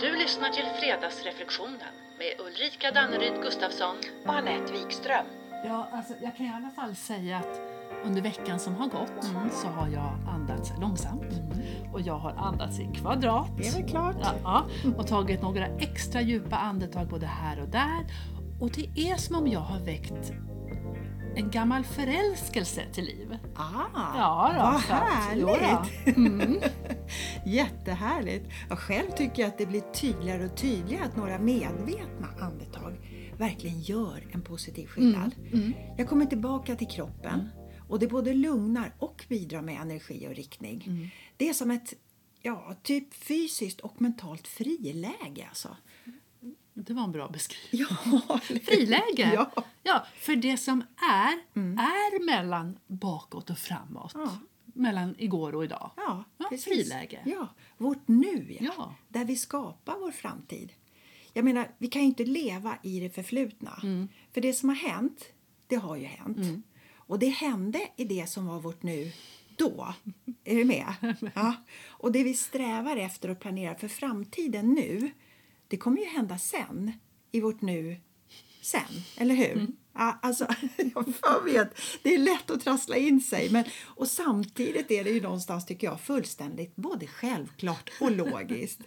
Du lyssnar till Fredagsreflektionen med Ulrika Danneryd Gustafsson. och Anette Wikström. Ja, alltså, jag kan i alla fall säga att under veckan som har gått Mm. så har jag andats långsamt. Och jag har andats i kvadrat. Det är väl klart. Ja, ja, och tagit några extra djupa andetag både här och där. Och det är som om jag har väckt en gammal förälskelse till liv. Ah, Ja, då, vad så att- jo då. härligt! Mm. Jättehärligt! Och själv tycker jag att det blir tydligare och tydligare att några medvetna andetag verkligen gör en positiv skillnad. Mm. Jag kommer tillbaka till kroppen och det både lugnar och bidrar med energi och riktning. Mm. Det är som ett ja, typ fysiskt och mentalt friläge alltså. Det var en bra beskrivning. Ja, Friläge! Ja. Mm. Ja, för det som är, är mellan bakåt och framåt. Ja. Mellan igår och idag. Ja, Ja, precis. friläge. Ja, vårt nu, ja. Ja. där vi skapar vår framtid. Jag menar, vi kan ju inte leva i det förflutna. Mm. För det som har hänt, det har ju hänt. Och det hände i det som var vårt nu då. Är du med? Ja. Och det vi strävar efter och planerar för framtiden nu, det kommer ju hända sen i vårt nu sen, eller hur? Mm. Ja, alltså, jag vet, det är lätt att trassla in sig. Men, och samtidigt är det ju någonstans, tycker jag, fullständigt både självklart och logiskt.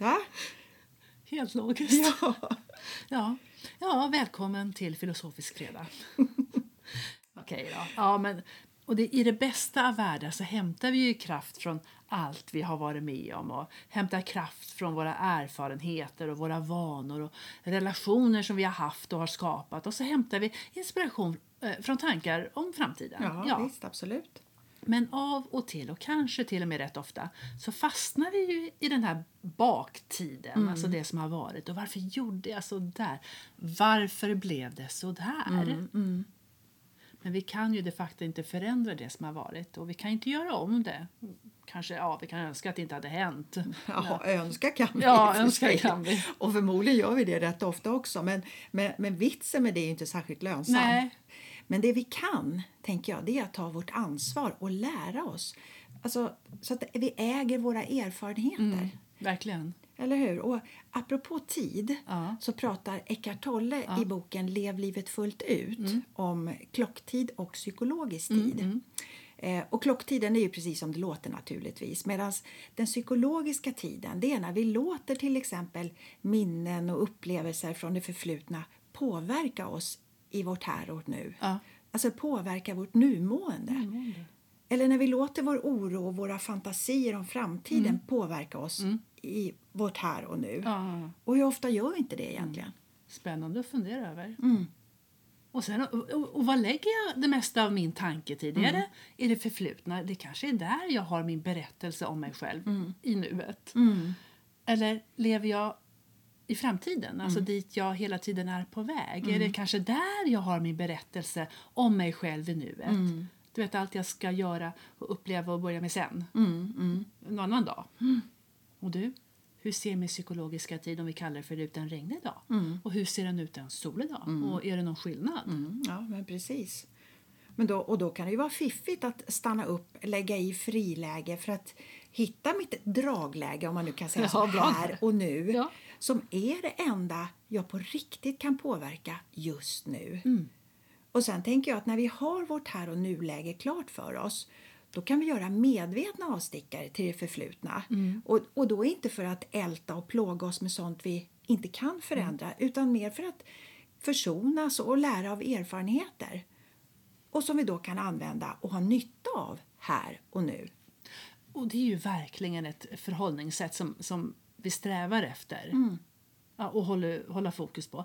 Va? Helt logiskt. Ja. Ja, ja välkommen till Filosofisk fredag. Okej då. Ja, men, och det, I det bästa av världar så hämtar vi ju kraft från allt vi har varit med om och hämtar kraft från våra erfarenheter och våra vanor och relationer som vi har haft och har skapat och så hämtar vi inspiration eh, från tankar om framtiden. Ja, visst, absolut. Men av och till, och kanske till och med rätt ofta, så fastnar vi ju i den här baktiden, alltså det som har varit. Och varför gjorde jag så där? Varför blev det så där? Men vi kan ju de facto inte förändra det som har varit och vi kan inte göra om det. Kanske, ja, vi kan önska att det inte hade hänt. Ja, önska kan vi. Ja, i och för önska sig. kan vi. Och förmodligen gör vi det rätt ofta också. Men, men, men vitsen med det är ju inte särskilt lönsam. Nej. Men det vi kan, tänker jag, det är att ta vårt ansvar och lära oss. Alltså, så att vi äger våra erfarenheter. Mm. Verkligen. Eller hur? Och apropå tid Ja. så pratar Eckart Tolle i boken Lev livet fullt ut Mm. om klocktid och psykologisk tid. Eh, och klocktiden är ju precis som det låter naturligtvis medan den psykologiska tiden det är när vi låter till exempel minnen och upplevelser från det förflutna påverka oss i vårt här och nu. Ja. Alltså påverka vårt numående. Eller när vi låter vår oro och våra fantasier om framtiden påverka oss i vårt här och nu. Mm. Ja. Och hur ofta gör vi inte det egentligen? Spännande att fundera över. Och, sen, och, och, och vad lägger jag det mesta av min tanketid? Är, det, är det förflutna? Det kanske är där jag har min berättelse om mig själv i nuet. Eller lever jag i framtiden, alltså dit jag hela tiden är på väg? Är det kanske där jag har min berättelse om mig själv i nuet? Du vet allt jag ska göra och uppleva och börja med sen. En annan dag. Och du, hur ser min psykologiska tid, om vi kallar det för det, ut en regnig dag? Och hur ser den ut en solig dag? Och är det någon skillnad? Ja, men precis. Men då, och då kan det ju vara fiffigt att stanna upp, lägga i friläge för att hitta mitt dragläge, om man nu kan säga Ja, så, bra. här och nu. Ja. Som är det enda jag på riktigt kan påverka just nu. Och sen tänker jag att när vi har vårt här och nu-läge klart för oss då kan vi göra medvetna avstickare till det förflutna. Och, och då inte för att älta och plåga oss med sånt vi inte kan förändra utan mer för att försonas och lära av erfarenheter. Och som vi då kan använda och ha nytta av här och nu. Och det är ju verkligen ett förhållningssätt som, som vi strävar efter ja, och håller, hålla fokus på.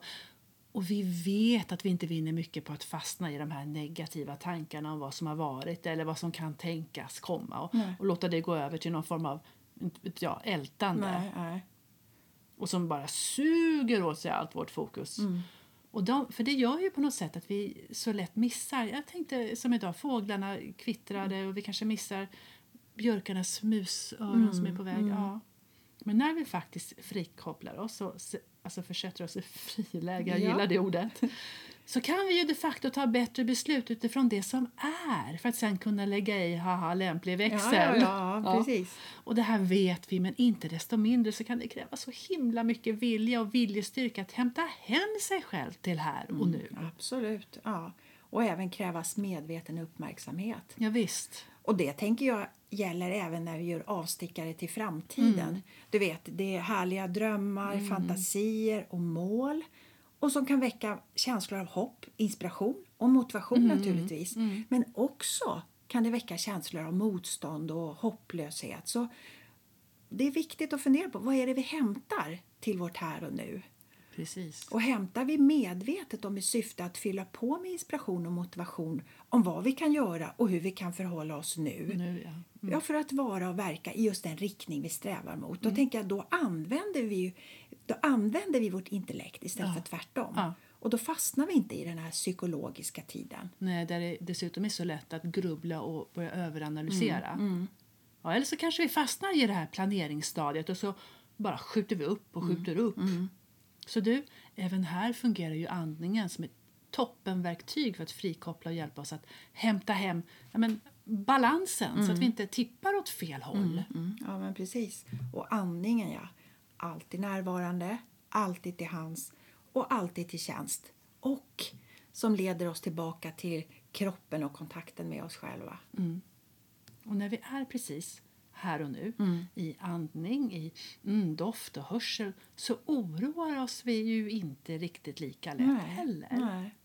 Och vi vet att vi inte vinner mycket på att fastna i de här negativa tankarna om vad som har varit eller vad som kan tänkas komma och, och låta det gå över till någon form av inte vet jag, ältande. nej. och som bara suger åt sig allt vårt fokus. Mm. Och de, för det gör ju på något sätt att vi så lätt missar. Jag tänkte som idag, fåglarna kvittrade Mm. och vi kanske missar björkarnas musöron Mm. som är på väg. Ja. Men när vi faktiskt frikopplar oss och se- alltså försätter oss i friläge, jag Ja. gillar det ordet, så kan vi ju de facto ta bättre beslut utifrån det som är för att sen kunna lägga i haha lämplig växel. Ja, ja, ja, precis. Och det här vet vi, men inte desto mindre så kan det kräva så himla mycket vilja och viljestyrka att hämta hem sig själv till här och nu. Absolut. Ja. Och även krävas medveten uppmärksamhet. Ja, visst. Och det tänker jag gäller även när vi gör avstickare till framtiden. Du vet, det är härliga drömmar, fantasier och mål. Och som kan väcka känslor av hopp, inspiration och motivation naturligtvis. Men också kan det väcka känslor av motstånd och hopplöshet. Så det är viktigt att fundera på vad är det vi hämtar till vårt här och nu. Precis. Och hämtar vi medvetet och med syfte att fylla på med inspiration och motivation om vad vi kan göra och hur vi kan förhålla oss nu. Nu, ja. Mm. Ja, för att vara och verka i just den riktning vi strävar mot. Mm. Då tänker jag, då använder vi, ju- då använder vi vårt intellekt istället för tvärtom. Ja. Och då fastnar vi inte i den här psykologiska tiden. Nej, där det dessutom är så lätt att grubbla och börja överanalysera. Ja, eller så kanske vi fastnar i det här planeringsstadiet och så bara skjuter vi upp och skjuter upp. Så du, även här fungerar ju andningen som ett toppenverktyg för att frikoppla och hjälpa oss att hämta hem ja, men, balansen så att vi inte tippar åt fel håll. Ja, men precis. Och andningen, ja. Alltid närvarande, alltid till hands och alltid till tjänst. Och som leder oss tillbaka till kroppen och kontakten med oss själva. Och när vi är precis här och nu, i andning, i mm, doft och hörsel så oroar oss vi ju inte riktigt lika lätt heller. Nej.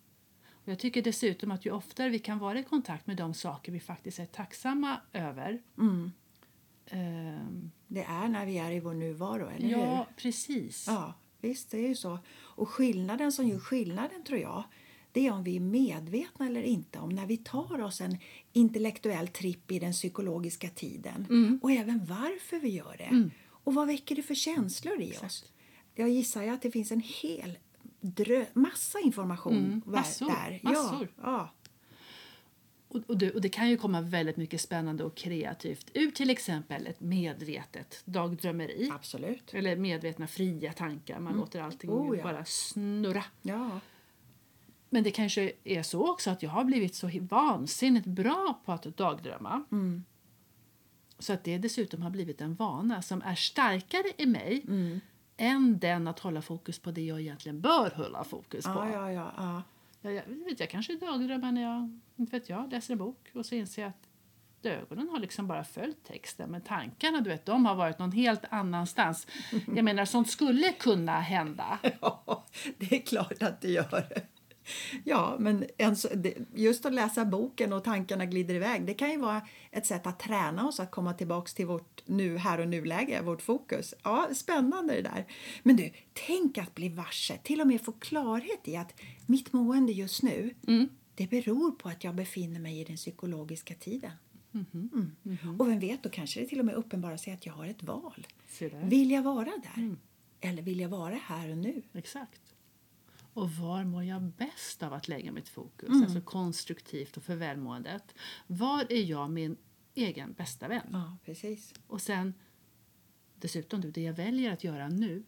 Och Jag tycker dessutom att ju oftare vi kan vara i kontakt med de saker vi faktiskt är tacksamma över. Mm. Ehm, Det är när vi är i vår nuvaro, eller hur? ja, precis. Ja, visst det är ju så. Och skillnaden som gör skillnaden tror jag, det är om vi är medvetna eller inte om när vi tar oss en intellektuell tripp i den psykologiska tiden Mm. och även varför vi gör det och vad väcker det för känslor i oss. Jag gissar ju att det finns en hel drö- massa information var- Mm. massor, där. massor. Ja, ja. Och, och, det, och det kan ju komma väldigt mycket spännande och kreativt ur till exempel ett medvetet dagdrömmeri. Absolut. Eller medvetna fria tankar. Man låter allting Oh, ja. bara snurra. Ja. Men det kanske är så också att jag har blivit så hi- vansinnigt bra på att dagdrömma. Mm. Så att det dessutom har blivit en vana som är starkare i mig Mm. än den att hålla fokus på det jag egentligen bör hålla fokus på. Ja, ja, ja, ja. Jag, jag, vet, jag kanske dagdrömmer när jag inte vet jag, läser en bok och så inser jag att ögonen har liksom bara följt texten men tankarna du vet, de har varit någon helt annanstans. Jag menar, sånt skulle kunna hända. Ja, det är klart att det gör. Ja, men en så- det- just att läsa boken och tankarna glider iväg det kan ju vara ett sätt att träna oss att komma tillbaks till vårt nu, här och nuläge, vårt fokus. Ja, spännande det där. Men du, tänk att bli varse, till och med få klarhet i att mitt mående just nu Mm. det beror på att jag befinner mig i den psykologiska tiden. Mm. Mm-hmm. Och vem vet, då kanske det till och med uppenbarar sig att jag har ett val. Se där. Mm. Vill jag vara där? Eller vill jag vara här och nu? Exakt. Och var mår jag bäst av att lägga mitt fokus? Alltså konstruktivt och för välmåendet. Var är jag min egen bästa vän? Ja, precis. Och sen dessutom, du, det jag väljer att göra nu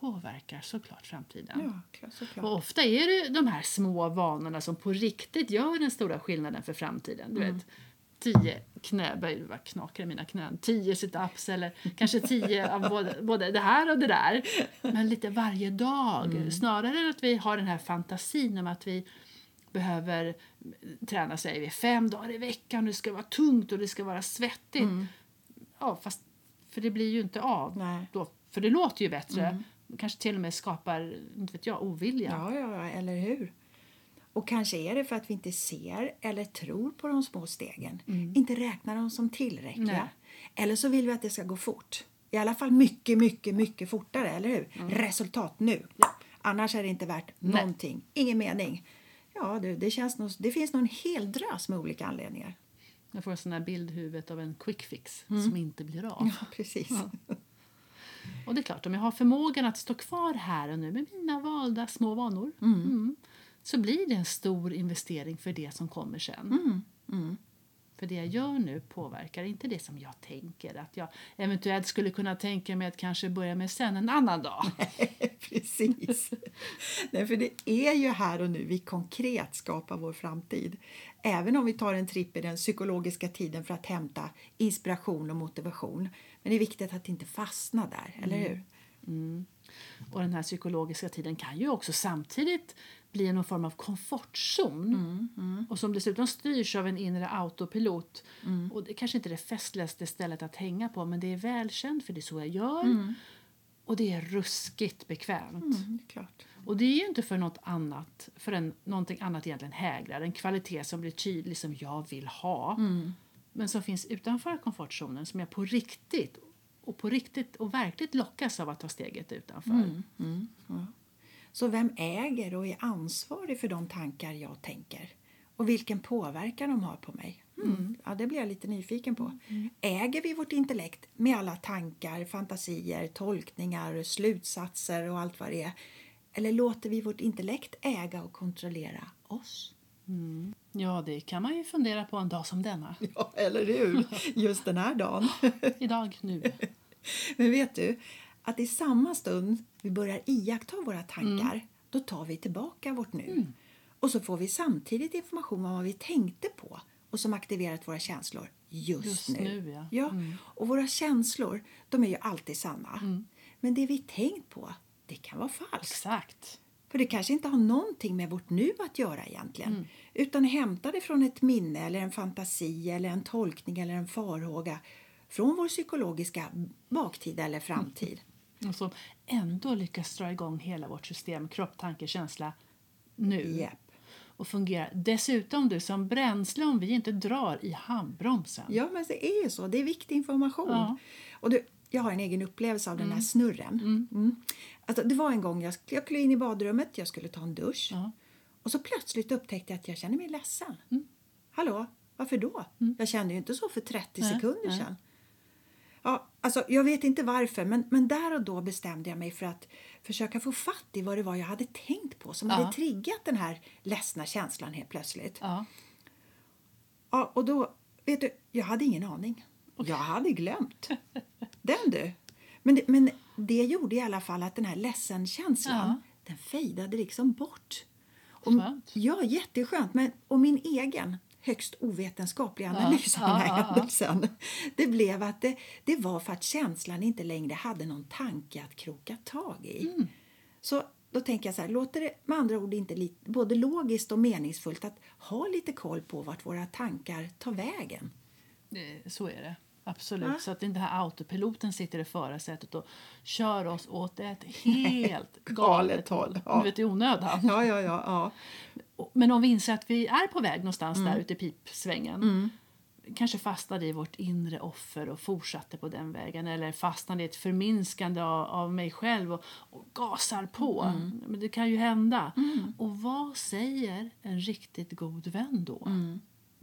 påverkar såklart framtiden. Ja, klart, såklart. Och ofta är det de här små vanorna som på riktigt gör den stora skillnaden för framtiden. Mm. Du vet, tio knäböj, vad knakar i mina knän, tio situps eller kanske tio av både, både det här och det där. Men lite varje dag. Mm. Snarare än att vi har den här fantasin om att vi behöver träna, säger vi, fem dagar i veckan och det ska vara tungt och det ska vara svettigt. Ja, fast, för det blir ju inte av. Mm. Nej. Då, för det låter ju bättre. Kanske till och med skapar, inte vet jag, ovilja. Ja, ja, ja, eller hur? Och kanske är det för att vi inte ser eller tror på de små stegen. Inte räknar dem som tillräckliga. Nej. Eller så vill vi att det ska gå fort. I alla fall mycket, mycket, mycket fortare, eller hur? Resultat nu. Annars är det inte värt någonting. Ingen mening. Ja, du, det, känns nog, det finns nog en hel drös med olika anledningar. Jag får en sån här bild i huvudet av en quick fix som inte blir av. Ja, precis. Och det är klart, om jag har förmågan att stå kvar här och nu med mina valda små vanor mm, så blir det en stor investering för det som kommer sen. För det jag gör nu påverkar inte det som jag tänker. Att jag eventuellt skulle kunna tänka mig att kanske börja med sen en annan dag. Precis. Nej, för det är ju här och nu vi konkret skapar vår framtid. Även om vi tar en tripp i den psykologiska tiden för att hämta inspiration och motivation. Men det är viktigt att inte fastna där, eller hur? Och den här psykologiska tiden kan ju också samtidigt bli någon form av komfortzon. Och som dessutom styrs av en inre autopilot. Och det kanske inte är det festligaste stället att hänga på men det är välkänt för det är så jag gör. Och det är ruskigt bekvämt. Mm, det är klart. Och det är ju inte för något annat, för en, någonting annat egentligen hägrar. En kvalitet som blir tydlig, som jag vill ha. Men som finns utanför komfortzonen, som jag på riktigt och på riktigt och verkligt lockas av att ta steget utanför. Så vem äger och är ansvarig för de tankar jag tänker? Och vilken påverkan de har på mig? Mm. Ja, det blir jag lite nyfiken på. Äger vi vårt intellekt med alla tankar, fantasier, tolkningar, slutsatser och allt vad det är? Eller låter vi vårt intellekt äga och kontrollera oss? Ja, det kan man ju fundera på en dag som denna. Ja, eller hur? Just den här dagen. Idag, nu. Men vet du, att i samma stund vi börjar iaktta våra tankar, Mm. då tar vi tillbaka vårt nu. Och så får vi samtidigt information om vad vi tänkte på och som aktiverat våra känslor just, Just nu. nu, ja. Mm. Och våra känslor, de är ju alltid sanna. Men det vi tänkt på, det kan vara falskt. Exakt. För det kanske inte har någonting med vårt nu att göra egentligen. Utan hämtar det från ett minne eller en fantasi eller en tolkning eller en farhåga från vår psykologiska baktid eller framtid. Och som ändå lyckas dra igång hela vårt system, kropp, tanke, känsla, nu. Japp. Och fungerar dessutom du som bränsle om vi inte drar i handbromsen. Ja, men det är ju så. Det är viktig information. Ja. Och du, jag har en egen upplevelse av den här snurren. Mm. Alltså, det var en gång jag, sk- jag skulle in i badrummet, jag skulle ta en dusch. Ja. Mm. Och så plötsligt upptäckte jag att jag kände mig ledsen. Hallå, varför då? Jag kände ju inte så för 30 Nej, sekunder nej. sedan. Ja, alltså, jag vet inte varför, men, men där och då bestämde jag mig för att försöka få fatt i vad det var jag hade tänkt på som Ja. hade triggat den här ledsna känslan helt plötsligt. Ja. Ja, och då, vet du, jag hade ingen aning. Jag hade glömt. Den du. Men det, men det gjorde i alla fall att den här ledsenkänslan, Ja. den fejdade liksom bort. Och, Skönt. ja, jätteskönt. Men, och min egen högst ovetenskapliga analys av ja, den här ja, ja. händelsen, det blev att det, det var för att känslan inte längre hade någon tanke att kroka tag i. Så då tänker jag så här, låter det med andra ord inte li- både logiskt och meningsfullt att ha lite koll på vart våra tankar tar vägen? Eh, Så är det. Absolut. Så att inte här autopiloten sitter i förarsätet och kör oss åt ett helt galet galet håll. håll, ja. Du vet, i onödan. Ja, ja, ja. ja. Och- Men om vi inser att vi är på väg någonstans där ute i pipsvängen kanske fastnade i vårt inre offer och fortsatte på den vägen eller fastnade i ett förminskande av, av mig själv och, och gasar på. Men det kan ju hända. Och vad säger en riktigt god vän då?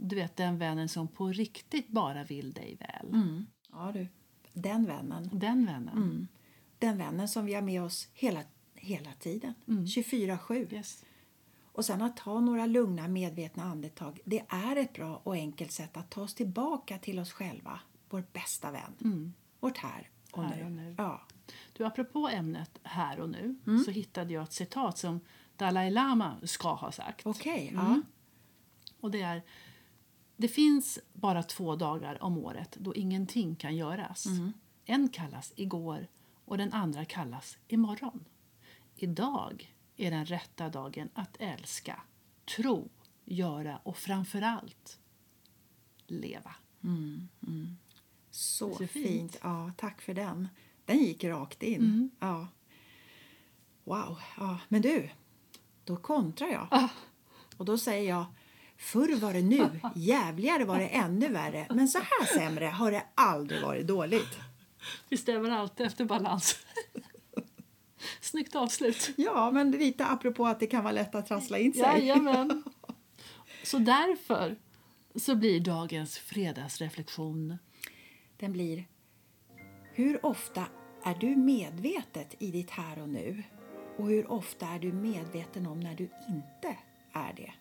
Du vet den vännen som på riktigt bara vill dig väl. Mm. ja du. Den vännen. Den vännen. Den vännen som vi har med oss hela, hela tiden. 24-7. Yes. Och sen att ta några lugna medvetna andetag. Det är ett bra och enkelt sätt att ta oss tillbaka till oss själva. Vår bästa vän. Vårt här och Mm. Här nu. och nu. Ja. Du, apropå ämnet här och nu så hittade jag ett citat som Dalai Lama ska ha sagt. Okej. Mm. Ja. Och det är Det finns bara två dagar om året då ingenting kan göras. En kallas igår och den andra kallas imorgon. Idag är den rätta dagen att älska, tro, göra och framförallt leva. Så Så fint. fint. Ja, tack för den. Den gick rakt in. Mm. Ja. Wow. Ja. Men du, då kontrar jag. Ah. Och då säger jag Förr var det nu, jävligare var det ännu värre men så här sämre har det aldrig varit dåligt. Vi stämmer allt efter balans. Snyggt avslut. Ja, men lite apropå att det kan vara lätt att trassla in sig. Jajamän. Så därför så blir dagens fredagsreflektion Den blir Hur ofta är du medvetet i ditt här och nu? Och hur ofta är du medveten om när du inte är det?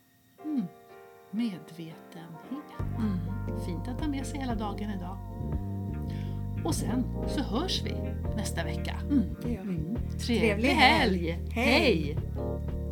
medvetenhet. Mm. Fint att ha med sig hela dagen idag. Och sen så hörs vi nästa vecka. Det gör vi. Trevlig, Mm. Trevlig helg. helg! Hej. Hej.